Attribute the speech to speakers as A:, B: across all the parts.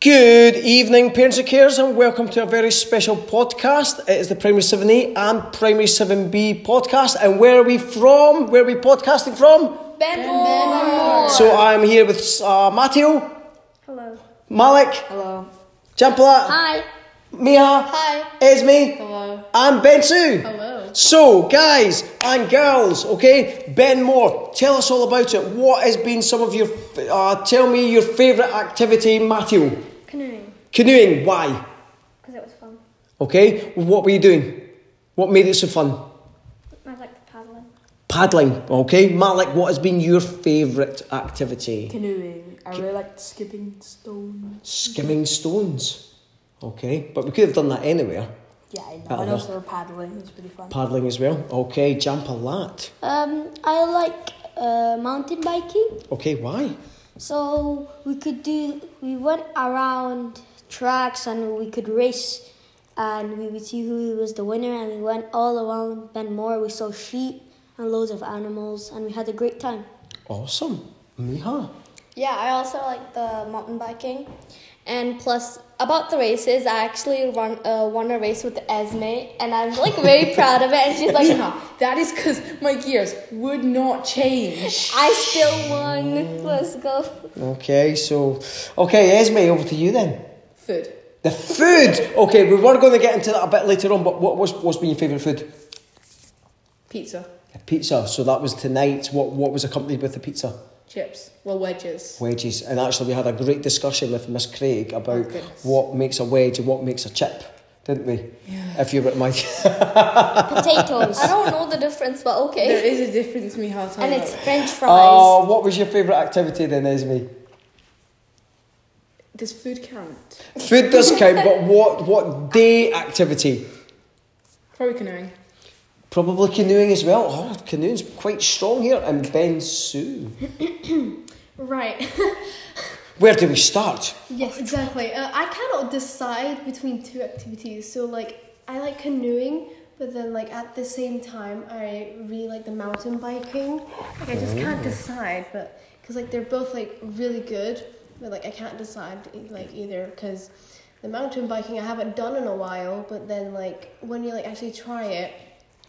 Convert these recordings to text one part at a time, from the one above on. A: Good evening, parents and carers, and welcome to a very special podcast. It is the Primary 7A and Primary 7B podcast. And where are we from? Where are we podcasting from?
B: Benmore.
A: So I'm here with uh, Matteo,
B: Hello.
A: Malik,
B: Hello.
A: Jampala,
B: Hi.
A: Mia,
B: Hi.
A: Esme,
B: Hello.
A: and Bensu.
B: Hello.
A: So, guys and girls, okay, Ben Moore, tell us all about it. What has been some of your, uh, tell me your favourite activity, Matthew?
B: Canoeing,
A: Canoeing, why?
B: because it was fun.
A: Okay, what were you doing? What made it so fun?
B: I liked paddling.
A: Paddling, okay? Malik, what has been your favourite activity?
C: Canoeing. I really liked skipping stones.
A: Skimming stones. Okay, but we could have done that anywhere.
C: Yeah, I know.
A: Paddle.
C: And also paddling. It's pretty fun.
A: Paddling as well. Okay, jump a lot.
D: Um, I like uh, mountain biking.
A: Okay, why?
D: So we could do. We went around tracks and we could race, and we would see who was the winner. And we went all around Benmore. We saw sheep and loads of animals, and we had a great time.
A: Awesome. Miha.
E: Yeah, I also like the mountain biking. And plus, about the races, I actually run, uh, won a race with Esme, and I'm like very proud of it. And she's like,
C: Yeah, that is because my gears would not change.
E: I still won. Let's go.
A: Okay, so, okay, Esme, over to you then.
C: Food.
A: The food. Okay, we were going to get into that a bit later on, but what was what's been your favourite food?
C: Pizza.
A: Pizza. So that was tonight. What what was accompanied with the pizza?
C: Chips. Well, wedges.
A: wedges. And actually, we had a great discussion with Miss Craig about
C: goodness.
A: what makes a wedge and what makes a chip, didn't we? Yeah. If you were at my
D: Potatoes.
E: I don't know the difference, but
C: There
E: okay.
C: is a difference, me how
E: And it's French fries.
A: oh, what was your favourite activity then, Esme?
C: Does food count?
A: Food does count, but what what day activity?
C: Probably canoeing.
A: Probably canoeing as well. Oh, canoeing's quite strong here. And Ben Sue.
F: Right.
A: Where do we start?
F: yes, exactly. Uh, I cannot decide between two activities. So like, I like canoeing, but then like at the same time, I really like the mountain biking. Like I just can't decide, but because like they're both like really good, but like I can't decide e, like either because the mountain biking I haven't done in a while, but then like when you like actually try it,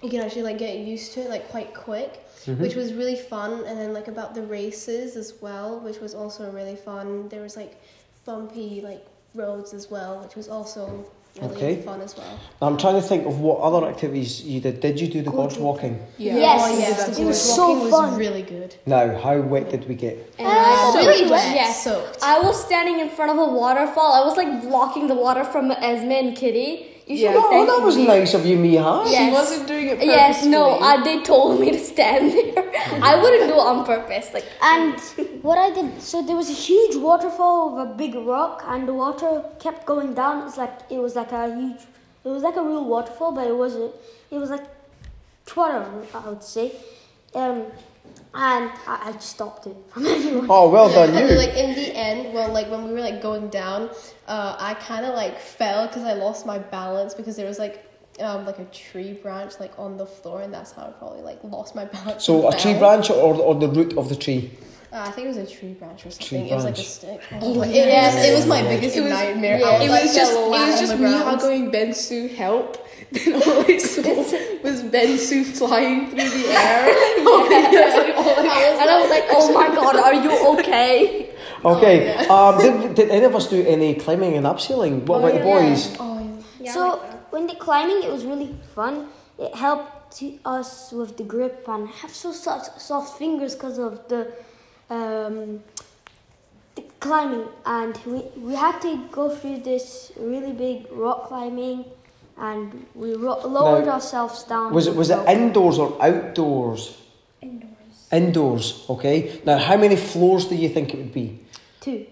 F: you can actually like get used to it like quite quick
A: Mm-hmm.
F: which was really fun and then like about the races as well which was also really fun there was like bumpy like roads as well which was also really
A: Okay.
F: fun as well
A: I'm trying to think of what other activities you did. Did you do the gorge walking?
C: Yeah.
D: Yes.
F: oh yes the
D: It
F: board
D: was so
F: walking
D: fun.
F: was really good
A: Now, how wet did we get?
E: and I
F: so
E: really
F: wet,
E: wet. Yes.
F: soaked.
E: I was standing in front of a waterfall. I was like blocking the water from Esme and Kitty. You should
C: Yeah.
E: be
A: Oh, well, that
E: thanking
A: was
E: me.
A: nice of you, Miha.
E: Yes.
C: She wasn't doing it purposefully.
E: Yes, no, uh, they told me to stand there. I wouldn't do it on purpose. Like,
D: And what I did, so there was a huge waterfall of a big rock, and the water kept going down. It's like it was like a huge, it was like a real waterfall, but it wasn't. It was like water, I would say. Um, and I, I just stopped it from everyone.
A: Oh, well done,
F: and then,
A: you.
F: like in the end well like when we were like going down uh, i kind of like fell because i lost my balance because there was like um, like a tree branch like on the floor and that's how i probably like lost my balance
A: So,
F: and
A: a tree
F: fell.
A: branch or, or the root of the tree?
F: Uh, I think it was a tree branch or something.
A: Tree
F: it was like a
A: branch.
F: stick. Oh, my- it, was, it was my biggest nightmare. I
C: it
F: like,
C: was just, it
F: fell flat
C: was
F: on
C: just
F: the
C: me
F: ground.
C: how going Ben Sue help. Then all I saw was Ben Sue flying through the air.
E: and I was like, oh my god, are you okay?
A: Okay. um, did, did any of us do any climbing and abseiling? What about the boys?
D: so when the climbing, it was really fun. It helped to us with the grip and have so soft, soft fingers because of the um, the climbing and we, we had to go through this really big rock climbing and we ro- lowered
A: Now,
D: ourselves down.
A: Was it was it indoors or outdoors? Indoors. Indoors. Okay. Now, how many floors do you think it would be?
D: Two.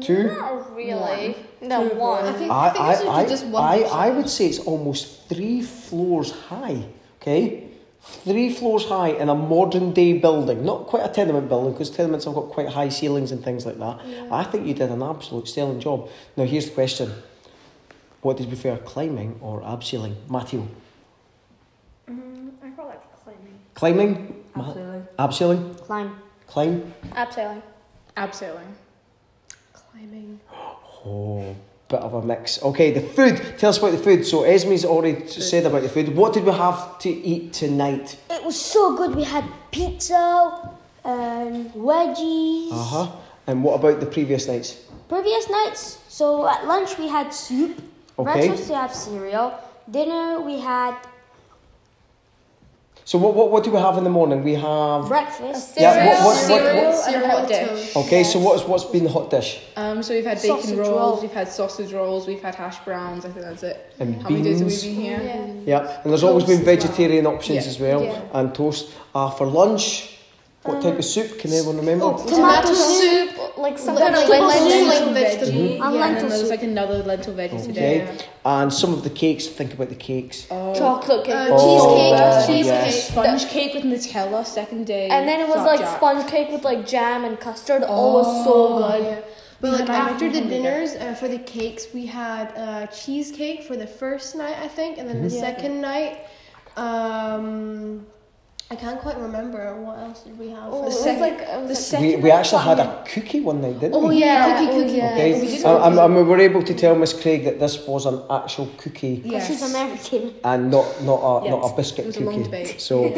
A: Two.
E: Not really. No, one.
F: I think, I,
A: I
F: think it was
A: I I,
F: just one.
A: I,
F: person.
A: I would say it's almost three floors high. Okay. Three floors high in a modern day building, not quite a tenement building because tenements have got quite high ceilings and things like that. I think you did an absolute sterling job. Now, here's the question What did you prefer, climbing or abseiling? Matthew?
B: Um, I quite like climbing.
A: Climbing? Ma-
C: Abseiling.
A: Abseiling?
D: Climb.
A: Climb?
E: Abseiling.
C: Abseiling.
F: climbing.
A: Oh, bit of a mix. Okay, the food. Tell us about the food. So Esme's already said about the food. What did we have to eat tonight?
D: It was so good. We had pizza and wedgies.
A: Uh huh. And what about the previous nights?
D: Previous nights, so at lunch we had soup.
A: Okay.
D: Breakfast we have cereal. Dinner we had
A: So what what, what do we have in the morning? We have
D: breakfast.
A: Yeah, what- what- what- Oh.
C: cereal
A: what-
C: and a hot dish.
A: okay. So what's what's been the hot dish?
C: Um, so we've had bacon
D: Sausage
C: rolls,
D: roll.
C: we've had sausage rolls, we've had hash browns. I think that's it.
A: And
C: How many days have
A: beans.
C: we been here?
A: Yeah, and there's always been
C: Toast as well.
A: vegetarian options
C: Yeah.
A: as well,
F: Yeah.
A: and toast. Uh, for lunch, what type of soup? Can anyone
F: Oh,
A: remember?
C: Oh.
D: Tomato soup.
E: like some
F: Like
E: kind of
F: lentil
E: lentil
F: soup.
E: soup.
C: veggie. Yeah,
D: And
C: and
D: lentil
C: then there was
D: soup.
C: like another lentil veggie
A: okay,
C: today.
A: and some of the cakes. Think about the cakes.
C: Oh.
E: chocolate cake.
F: Uh,
A: Oh,
F: cheesecake,
A: uh,
F: cheesecake.
A: yes.
C: Sponge cake with Nutella, second day.
E: And then it was
C: flapjack.
E: like sponge cake with like jam and custard. Oh, it was so good.
F: Yeah. But like
C: I might
F: after
C: be
F: the
C: hungry
F: dinners uh, for the cakes, we had uh, cheesecake for the first night, I think, and then
A: Mm-hmm.
F: the second night. Um, I can't quite remember what else did we have.
E: Oh,
F: for
E: it
F: the
E: was
F: second-
E: like it was
C: The
E: like-
C: second
A: We, we
C: night
A: actually had
C: something.
A: a cookie one night, didn't
F: oh
A: we?
F: yeah,
E: Yeah,
F: cookie,
E: oh,
F: cookie.
E: yeah.
A: Okay, Uh,
F: We did
A: and,
F: have
A: and,
F: cookie.
A: and we were able to tell Miss Craig that this was an actual cookie
D: Because she's
C: Yes.
D: American.
A: and not not a
C: Yeah,
A: not a biscuit
C: it was a
A: cookie.
C: long debate.
A: So.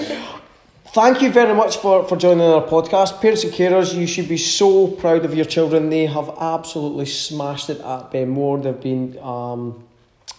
A: Thank you very much for, for joining our podcast. Parents and carers, you should be so proud of your children. They have absolutely smashed it at Benmore. They've been um,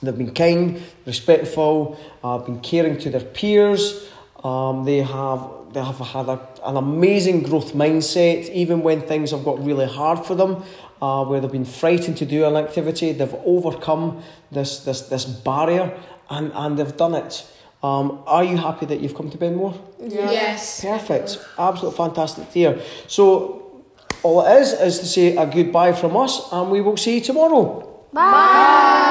A: they've been kind, respectful, uh, been caring to their peers. Um, they have they have had a, an amazing growth mindset, even when things have got really hard for them, uh, where they've been frightened to do an activity. They've overcome this this this barrier, and and they've done it. Um, are you happy that you've come to Benmore?
C: Yes.
A: Perfect. Absolutely fantastic to hear. So, all it is is to say a goodbye from us, and we will see you tomorrow.
D: Bye.